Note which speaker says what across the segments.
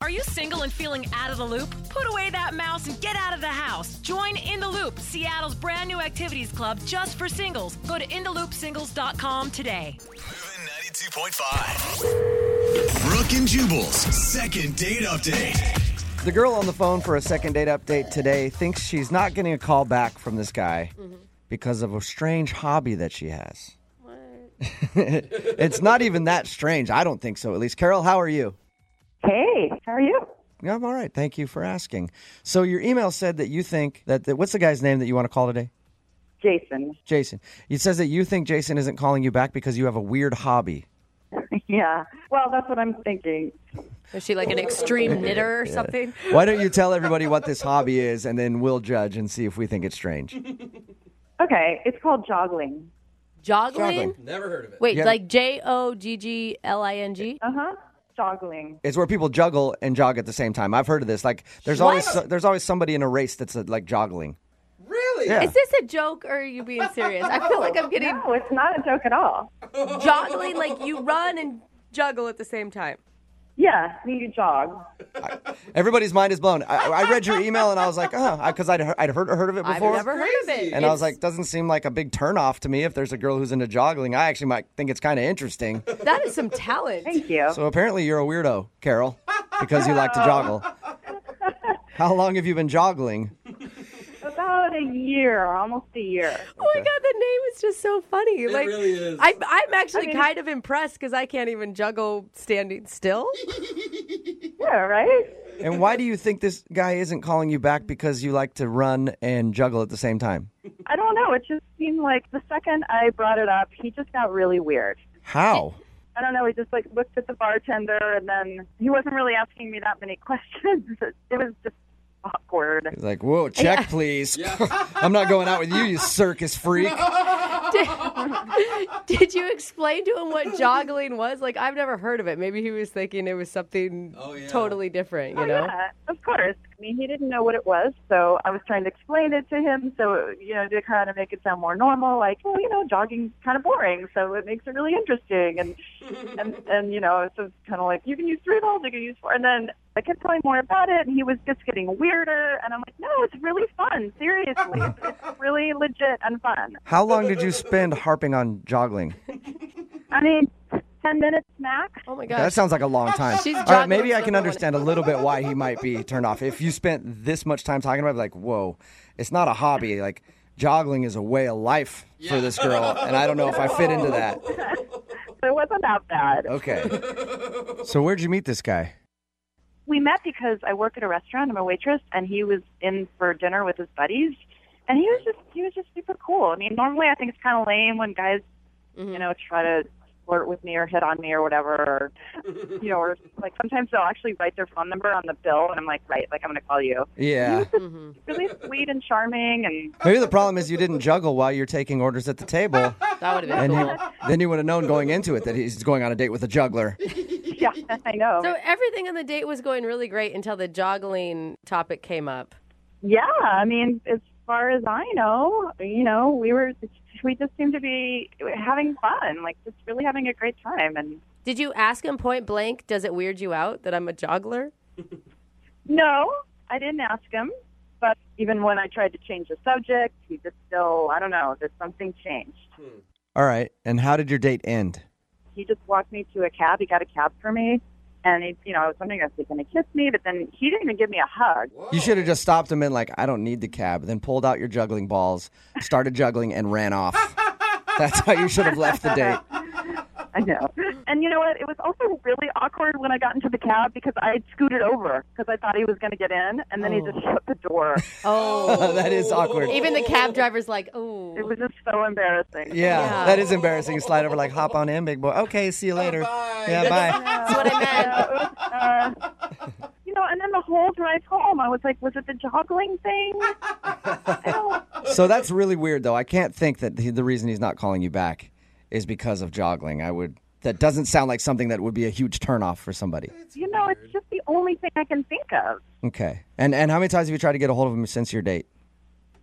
Speaker 1: Are you single and feeling out of the loop? Put away that mouse and get out of the house. Join In the Loop, Seattle's brand new activities club just for singles. Go to intheloopsingles.com today.
Speaker 2: Moving 92.5. Brooke and Jubal's second date update.
Speaker 3: The girl on the phone for a second date update today thinks she's not getting a call back from this guy because of a strange hobby that she has. it's not even that strange. I don't think so, at least. Carol, how are you?
Speaker 4: Hey, how are you?
Speaker 3: Yeah, I'm all right. Thank you for asking. So, your email said that you think that, that what's the guy's name that you want to call today?
Speaker 4: Jason.
Speaker 3: Jason. It says that you think Jason isn't calling you back because you have a weird hobby.
Speaker 4: Yeah. Well, that's what I'm thinking.
Speaker 5: Is she like an extreme knitter or something?
Speaker 3: Why don't you tell everybody what this hobby is and then we'll judge and see if we think it's strange?
Speaker 4: Okay, it's called joggling.
Speaker 5: Joggling?
Speaker 6: Never heard of it.
Speaker 5: Wait,
Speaker 3: Yeah. Uh-huh.
Speaker 5: like J O G G L I N G?
Speaker 4: Uh huh. Joggling.
Speaker 3: It's where people juggle and jog at the same time. I've heard of this. Like there's always so- there's always somebody in a race that's uh like joggling.
Speaker 6: Really?
Speaker 3: Yeah.
Speaker 5: Is this a joke or are you being serious? I feel like I'm getting
Speaker 4: No, it's not a joke at all.
Speaker 5: joggling like you run and juggle at the same time.
Speaker 4: Yeah, you jog.
Speaker 3: Everybody's mind is blown. I, I read your email and I was like, oh, because I'd, he- I'd heard, heard of it
Speaker 5: I've
Speaker 3: before.
Speaker 5: never heard of it.
Speaker 3: and I was like, doesn't seem like a big turnoff to me if there's a girl who's into joggling. I actually might think it's kind of interesting.
Speaker 5: that is some talent.
Speaker 4: Thank you.
Speaker 3: So apparently you're a weirdo, Carol, because you like to joggle. How long have you been joggling?
Speaker 4: About a year, almost a year.
Speaker 5: Oh my god, the name is just so funny. like,
Speaker 6: really is.
Speaker 5: I'm, I'm actually
Speaker 4: mean-
Speaker 5: kind of impressed because I can't even juggle standing still.
Speaker 4: Yeah, right?
Speaker 3: And why do you think this guy isn't calling you back because you like to run and juggle at the same time?
Speaker 4: I don't know. It just seemed like the second I brought it up, he just got really weird.
Speaker 3: How?
Speaker 4: I don't know. He just like looked at the bartender, and then he wasn't really asking me that many questions. It was just awkward.
Speaker 3: It's like, whoa, check, please. I'm not going out with you, you circus freak.
Speaker 5: did, did you explain to him what joggling was? Like, I've never heard of it. Maybe he was thinking it was something
Speaker 6: Oh, yeah.
Speaker 5: totally different, you
Speaker 4: Oh,
Speaker 5: know?
Speaker 4: Yeah, of course. I mean, he didn't know what it was, so I was trying to explain it to him. So you know, to kind of make it sound more normal, like well, you know, jogging's kind of boring, so it makes it really interesting. And and and you know, so it's kind of like you can use three balls, you can use four. And then I kept telling more about it, and he was just getting weirder. And I'm like, no, it's really fun. Seriously, it's, it's really legit and fun.
Speaker 3: How long did you spend harping on joggling?
Speaker 4: I mean, ten minutes max.
Speaker 5: Oh my
Speaker 3: That
Speaker 5: gosh.
Speaker 3: sounds like a long time.
Speaker 5: She's
Speaker 3: All right,
Speaker 5: joggling
Speaker 3: maybe I
Speaker 5: for
Speaker 3: can
Speaker 5: the morning.
Speaker 3: understand a little bit why he might be turned off. If you spent this much time talking about it, like, whoa, it's not a hobby. Like, joggling is a way of life for this girl, and I don't know if I fit into that.
Speaker 4: It wasn't that bad.
Speaker 3: Okay. So, where'd you meet this guy?
Speaker 4: we met because I work at a restaurant. I'm a waitress, and he was in for dinner with his buddies, and he was just he was just super cool. I mean, normally I think it's kind of lame when guys, you know, try to flirt with me or hit on me or whatever, or you know, or like sometimes they'll actually write their phone number on the bill, and I'm like, right, like I'm gonna call you.
Speaker 3: Yeah.
Speaker 4: Really sweet and charming, and
Speaker 3: Maybe the problem is you didn't juggle while you're taking orders at the table.
Speaker 5: that would have
Speaker 3: And you,
Speaker 5: been cool.
Speaker 3: then you would have known going into it that he's going on a date with a juggler.
Speaker 4: yeah, I know.
Speaker 5: So everything on the date was going really great until the joggling topic came up.
Speaker 4: Yeah, I mean, as far as I know, you know, we were we just seemed to be having fun, like just really having a great time, and.
Speaker 5: Did you ask him point blank, does it weird you out that I'm a joggler?
Speaker 4: No, I didn't ask him. But even when I tried to change the subject, he just still, I don't know, that something changed.
Speaker 3: All right. And how did your date end?
Speaker 4: He just walked me to a cab. He got a cab for me. And, he, you know, I was wondering if he was going to kiss me, but then he didn't even give me a hug.
Speaker 3: You should have just stopped him and like, I don't need the cab. Then pulled out your juggling balls, started juggling, and ran off. That's how you should have left the date.
Speaker 4: I know. And you know what? It was also really awkward when I got into the cab because I had scooted over because I thought he was going to get in. And then he just shut the door.
Speaker 5: Oh.
Speaker 3: that is awkward.
Speaker 5: Even the cab driver's like,
Speaker 4: it
Speaker 5: oh.
Speaker 4: was just so embarrassing.
Speaker 3: yeah,
Speaker 5: Yeah.
Speaker 3: that is embarrassing. You slide over like, hop on in, big boy. Okay, see you later.
Speaker 6: bye.
Speaker 3: Yeah, bye.
Speaker 5: That's what I meant.
Speaker 4: Uh, you know, and then the whole drive home, I was like, was it the joggling thing? I don't,
Speaker 3: so that's really weird, though. I can't think that the, the reason he's not calling you back is because of joggling. I would. That doesn't sound like something that would be a huge turnoff for somebody.
Speaker 4: you know, it's just the only thing I can think of.
Speaker 3: Okay. And and how many times have you tried to get a hold of him since your date?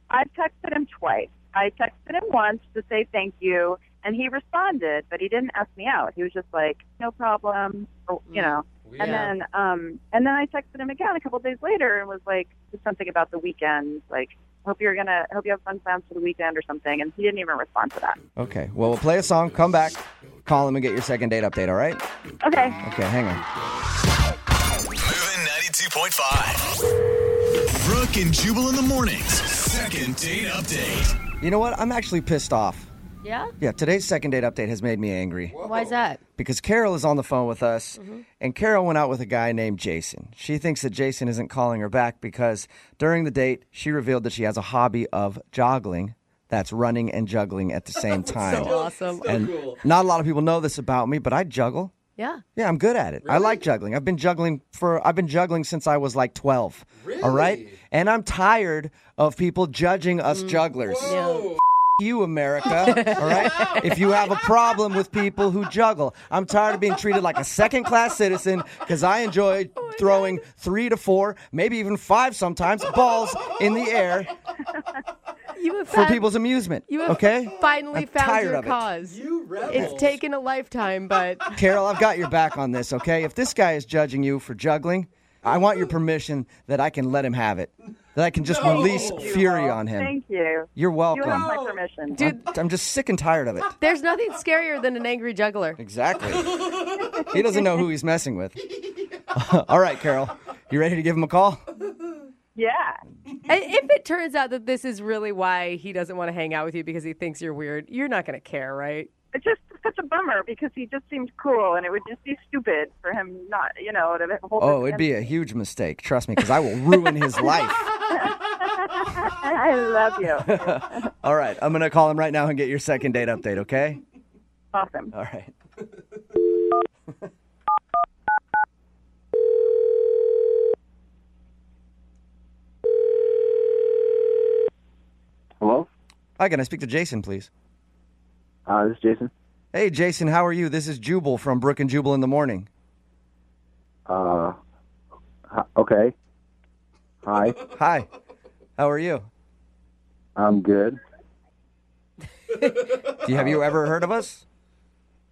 Speaker 4: I've texted him twice. I texted him once to say thank you, and he responded, but he didn't ask me out. He was just like, no problem, or, you know. And
Speaker 5: Yeah.
Speaker 4: then um and then I texted him again a couple days later and was like just something about the weekend, like hope you're gonna hope you have fun plans for the weekend or something and he didn't even respond to that.
Speaker 3: Okay. Well, we'll play a song, come back, call him, and get your second date update, all right?
Speaker 4: Okay.
Speaker 3: Okay, hang on.
Speaker 2: Moving 92.5. Brooke and Jubal in the mornings. Second date update.
Speaker 3: You know what? I'm actually pissed off.
Speaker 5: Yeah?
Speaker 3: Yeah, today's second date update has made me angry
Speaker 5: Why's that?
Speaker 3: because Carol is on the phone with us, and Carol went out with a guy named Jason. She thinks that Jason isn't calling her back because during the date, she revealed that she has a hobby of joggling. That's running and juggling at the same time.
Speaker 5: Awesome.
Speaker 3: and not a lot of people know this about me, but I juggle.
Speaker 5: Yeah.
Speaker 3: Yeah, I'm good at it. I like juggling. I've been juggling for I've been juggling since I was like 12. All right? And I'm tired of people judging us
Speaker 5: Mm.
Speaker 3: jugglers.
Speaker 5: Yeah.
Speaker 3: You America, all right? If you have a problem with people who juggle, I'm tired of being treated like a second-class citizen because I enjoy
Speaker 5: Oh
Speaker 3: throwing three to four, maybe even five sometimes, balls in the air
Speaker 5: You have
Speaker 3: for
Speaker 5: found-
Speaker 3: people's amusement.
Speaker 5: You have
Speaker 3: okay?
Speaker 5: finally
Speaker 3: I'm
Speaker 5: found
Speaker 3: tired
Speaker 5: your
Speaker 3: of it.
Speaker 5: cause.
Speaker 6: You rebels.
Speaker 5: It's taken a lifetime, but
Speaker 3: Carol, I've got your back on this, okay? If this guy is judging you for juggling, I want your permission that I can let him have it. That I can just release fury on him.
Speaker 4: Thank you.
Speaker 3: You're
Speaker 4: You have
Speaker 3: welcome.
Speaker 4: my permission.
Speaker 5: dude,
Speaker 3: I'm just sick and tired of it.
Speaker 5: there's nothing scarier than an angry juggler.
Speaker 3: Exactly. he doesn't know who he's messing with. All right, Carol. You ready to give him a call?
Speaker 4: Yeah.
Speaker 5: And if it turns out that this is really why he doesn't want to hang out with you because he thinks you're weird, you're not going to care, right?
Speaker 4: It's just such a bummer because he just seemed cool and it would just be stupid for him not you know, to hold this
Speaker 3: Oh, it'd be a huge mistake. Trust me, because I will ruin his life.
Speaker 4: I love you.
Speaker 3: All right, I'm going to call him right now and get your second date update, okay?
Speaker 4: awesome.
Speaker 3: All right.
Speaker 7: Hello,
Speaker 3: Hi, can I speak to Jason, please?
Speaker 7: uh, this is Jason.
Speaker 3: Hey, Jason, how are you? This is Jubal from Brook and Jubal in the Morning.
Speaker 7: Uh, hi- okay. Hi,
Speaker 3: Hi, how are you?
Speaker 7: I'm good.
Speaker 3: Do you, have you ever heard of us?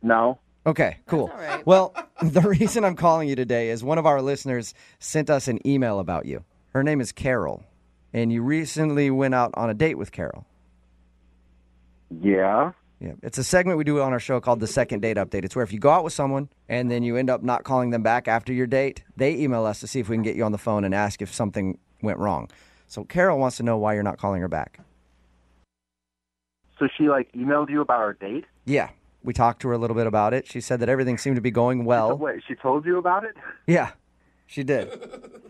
Speaker 7: No,
Speaker 3: Okay, cool. Well, the reason I'm calling you today is one of our listeners sent us an email about you. Her name is Carol, and you recently went out on a date with Carol.
Speaker 7: yeah,
Speaker 3: Yeah, it's a segment we do on our show called the Second Date Update. It's where if you go out with someone and then you end up not calling them back after your date, they email us to see if we can get you on the phone and ask if something went wrong. So Carol wants to know why you're not calling her back.
Speaker 7: so she like emailed you about our date.
Speaker 3: Yeah. We talked to her a little bit about it. She said that everything seemed to be going
Speaker 7: Oh.
Speaker 3: well.
Speaker 7: Wait, she told you about it?
Speaker 3: Yeah, she did.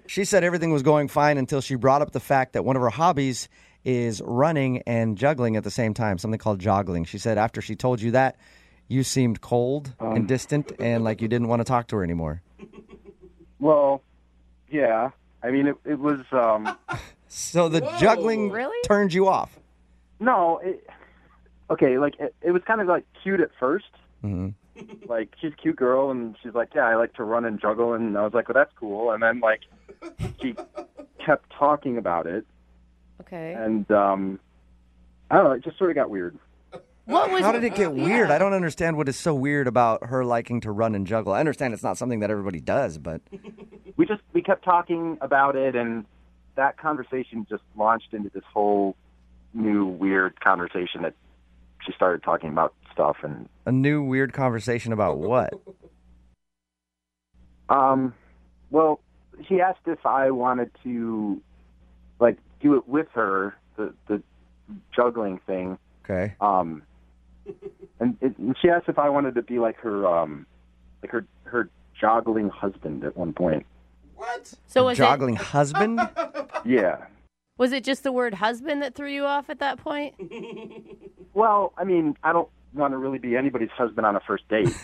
Speaker 3: she said everything was going fine until she brought up the fact that one of her hobbies is running and juggling at the same time, something called joggling. She said after she told you that, you seemed cold and distant and like you didn't want to talk to her anymore.
Speaker 7: Well, yeah. I mean, it, it was um,
Speaker 3: So the juggling
Speaker 5: Really?
Speaker 3: turned you off.
Speaker 7: no. It, okay, like it, it was kind of like cute at 1st Mm-hmm. Like she's a cute girl, and she's like, yeah, I like to run and juggle, and I was like, well, that's cool. And then like she kept talking about it,
Speaker 5: Okay.
Speaker 6: Uh,
Speaker 7: and um, I don't know. It just sort of got weird.
Speaker 5: What was
Speaker 3: How did it get weird? I don't understand what is so weird about her liking to run and juggle. I understand it's not something that everybody does, but
Speaker 7: we just we kept talking about it and that conversation just launched into this whole new weird conversation that she started talking about stuff and
Speaker 3: a new weird conversation about what?
Speaker 7: um well she asked if i wanted to like do it with her the the juggling thing
Speaker 3: Okay.
Speaker 7: um and, it, and she asked if i wanted to be like her um like her her joggling husband at one point
Speaker 6: What?
Speaker 5: so was it,
Speaker 3: Joggling husband?
Speaker 7: yeah
Speaker 5: was it just the word husband that threw you off at that point?
Speaker 7: well i mean i don't want to really be anybody's husband on a first date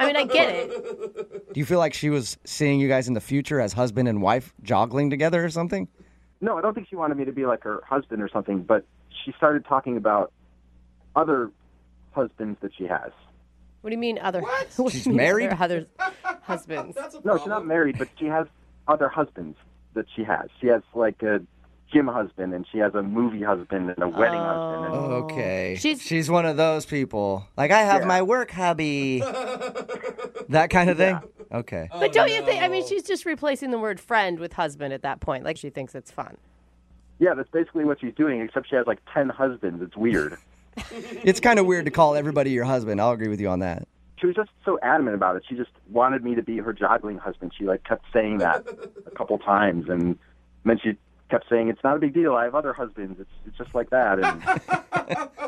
Speaker 5: I mean, I get it.
Speaker 3: Do you feel like she was seeing you guys in the future as husband and wife joggling together or something?
Speaker 7: No, I don't think she wanted me to be like her husband or something, but she started talking about other husbands that she has.
Speaker 5: What do you mean other? What? do you
Speaker 3: She's
Speaker 5: mean
Speaker 3: married?
Speaker 5: Other, other husbands.
Speaker 6: That's a
Speaker 7: No, she's not married, but she has other husbands that she has. She has like a gym husband, and she has a movie husband, and a wedding husband. And,
Speaker 3: Oh. Okay.
Speaker 5: She's-
Speaker 3: she's one of those people. Like I have my work hubby. that kind of thing. Okay.
Speaker 5: But don't you think? I mean, she's just replacing the word friend with husband at that point. Like she thinks it's fun.
Speaker 7: Yeah, that's basically what she's doing, except she has like 10 husbands. It's weird.
Speaker 3: It's kind of weird to call everybody your husband. I'll agree with you on that.
Speaker 7: she was just so adamant about it. She just wanted me to be her joggling husband. She like kept saying that a couple times, and then she kept saying it's not a big deal. I have other husbands. It's it's just like that. And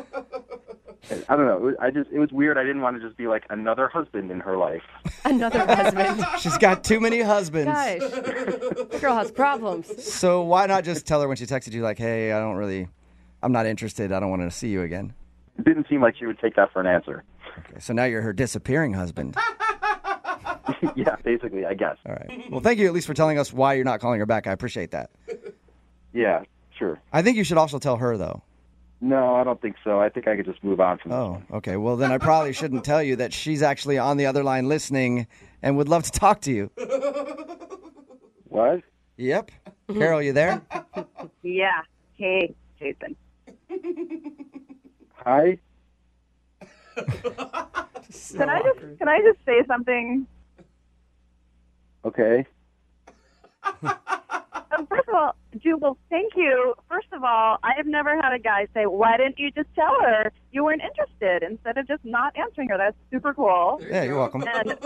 Speaker 7: I don't know. It was- I just it was weird. I didn't want to just be like another husband in her life.
Speaker 5: Another husband.
Speaker 3: She's got too many husbands.
Speaker 5: Gosh, the girl has problems.
Speaker 3: So why not just tell her when she texted you, like, hey, I don't really, I'm not interested. I don't want to see you again.
Speaker 7: It didn't seem like she would take that for an answer.
Speaker 3: Okay, so now you're her disappearing husband.
Speaker 7: yeah, basically, I guess.
Speaker 3: All right. Well, thank you at least for telling us why you're not calling her back. I appreciate that.
Speaker 7: Yeah, sure.
Speaker 3: I think you should also tell her, though.
Speaker 7: No, I don't think so. I think I could just move on from
Speaker 3: Oh, okay. Well, then I probably shouldn't tell you that she's actually on the other line listening and would love to talk to you.
Speaker 7: this. What?
Speaker 3: Yep. Carol, you there?
Speaker 4: Yeah. Hey, Jason.
Speaker 7: Hi.
Speaker 4: Can I just can I just say something?
Speaker 7: Okay.
Speaker 4: Um, first of all, Jubal, thank you. First of all, I have never had a guy say, "Why didn't you just tell her you weren't interested?" Instead of just not answering her. That's super cool.
Speaker 3: Yeah, you're welcome.
Speaker 4: And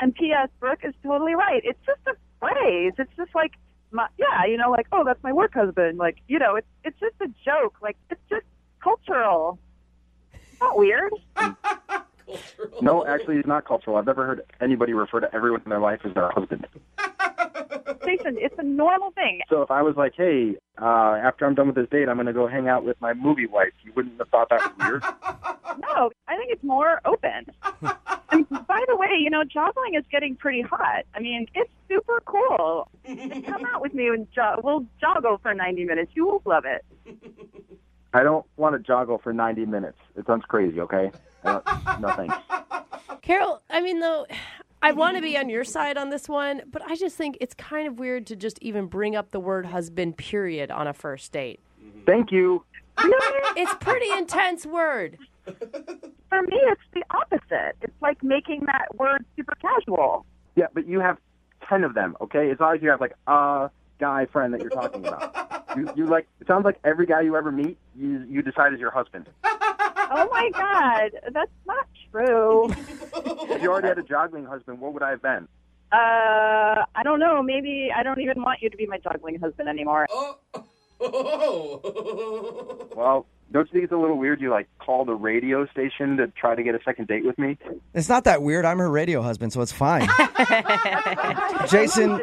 Speaker 4: and P.S. Brooke is totally right. It's just a phrase. It's just like, my, yeah, you know, like, oh, that's my work husband. Like, you know, it's it's just a joke. Like, it's just cultural. It's not weird.
Speaker 7: No, actually, it's not cultural. I've never heard anybody refer to everyone in their life as their husband.
Speaker 4: Jason, it's a normal thing.
Speaker 7: So if I was like, hey, uh, after I'm done with this date, I'm going to go hang out with my movie wife, you wouldn't have thought that was weird.
Speaker 4: No, I think it's more open. and by the way, you know, joggling is getting pretty hot. I mean, it's super cool. Just come out with me and jo- we'll joggle for 90 minutes. You will love it.
Speaker 7: I don't want to joggle for 90 minutes. It sounds crazy, okay? I don't- no thanks.
Speaker 5: Carol, I mean, though, I want to be on your side on this one, but I just think it's kind of weird to just even bring up the word husband, period, on a first date.
Speaker 7: Thank you.
Speaker 5: It's pretty intense word.
Speaker 4: For me, it's the opposite. It's like making that word super casual.
Speaker 7: Yeah, but you have 10 of them, okay? As long as you have, like, a guy friend that you're talking about. You, you like, it sounds like every guy you ever meet, you, you decide is your husband.
Speaker 4: Oh my God, that's not true.
Speaker 7: If you already had a joggling husband, what would I have been?
Speaker 4: Uh, I don't know. Maybe I don't even want you to be my juggling husband anymore.
Speaker 6: Oh.
Speaker 7: Well, don't you think it's a little weird you, like, call the radio station to try to get a second date with me?
Speaker 3: It's not that weird. I'm her radio husband, so it's fine. Jason,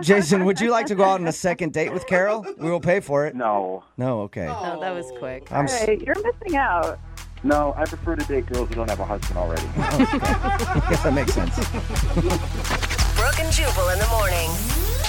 Speaker 3: Jason, would you like to go out on a second date with Carol? We will pay for it.
Speaker 7: No.
Speaker 3: No, okay.
Speaker 5: Oh, that was quick.
Speaker 3: I'm s-
Speaker 4: Hey, you're missing out.
Speaker 7: No, I prefer to date girls who don't have a husband already.
Speaker 3: I guess that makes sense.
Speaker 8: Brooke and Jubal in the morning.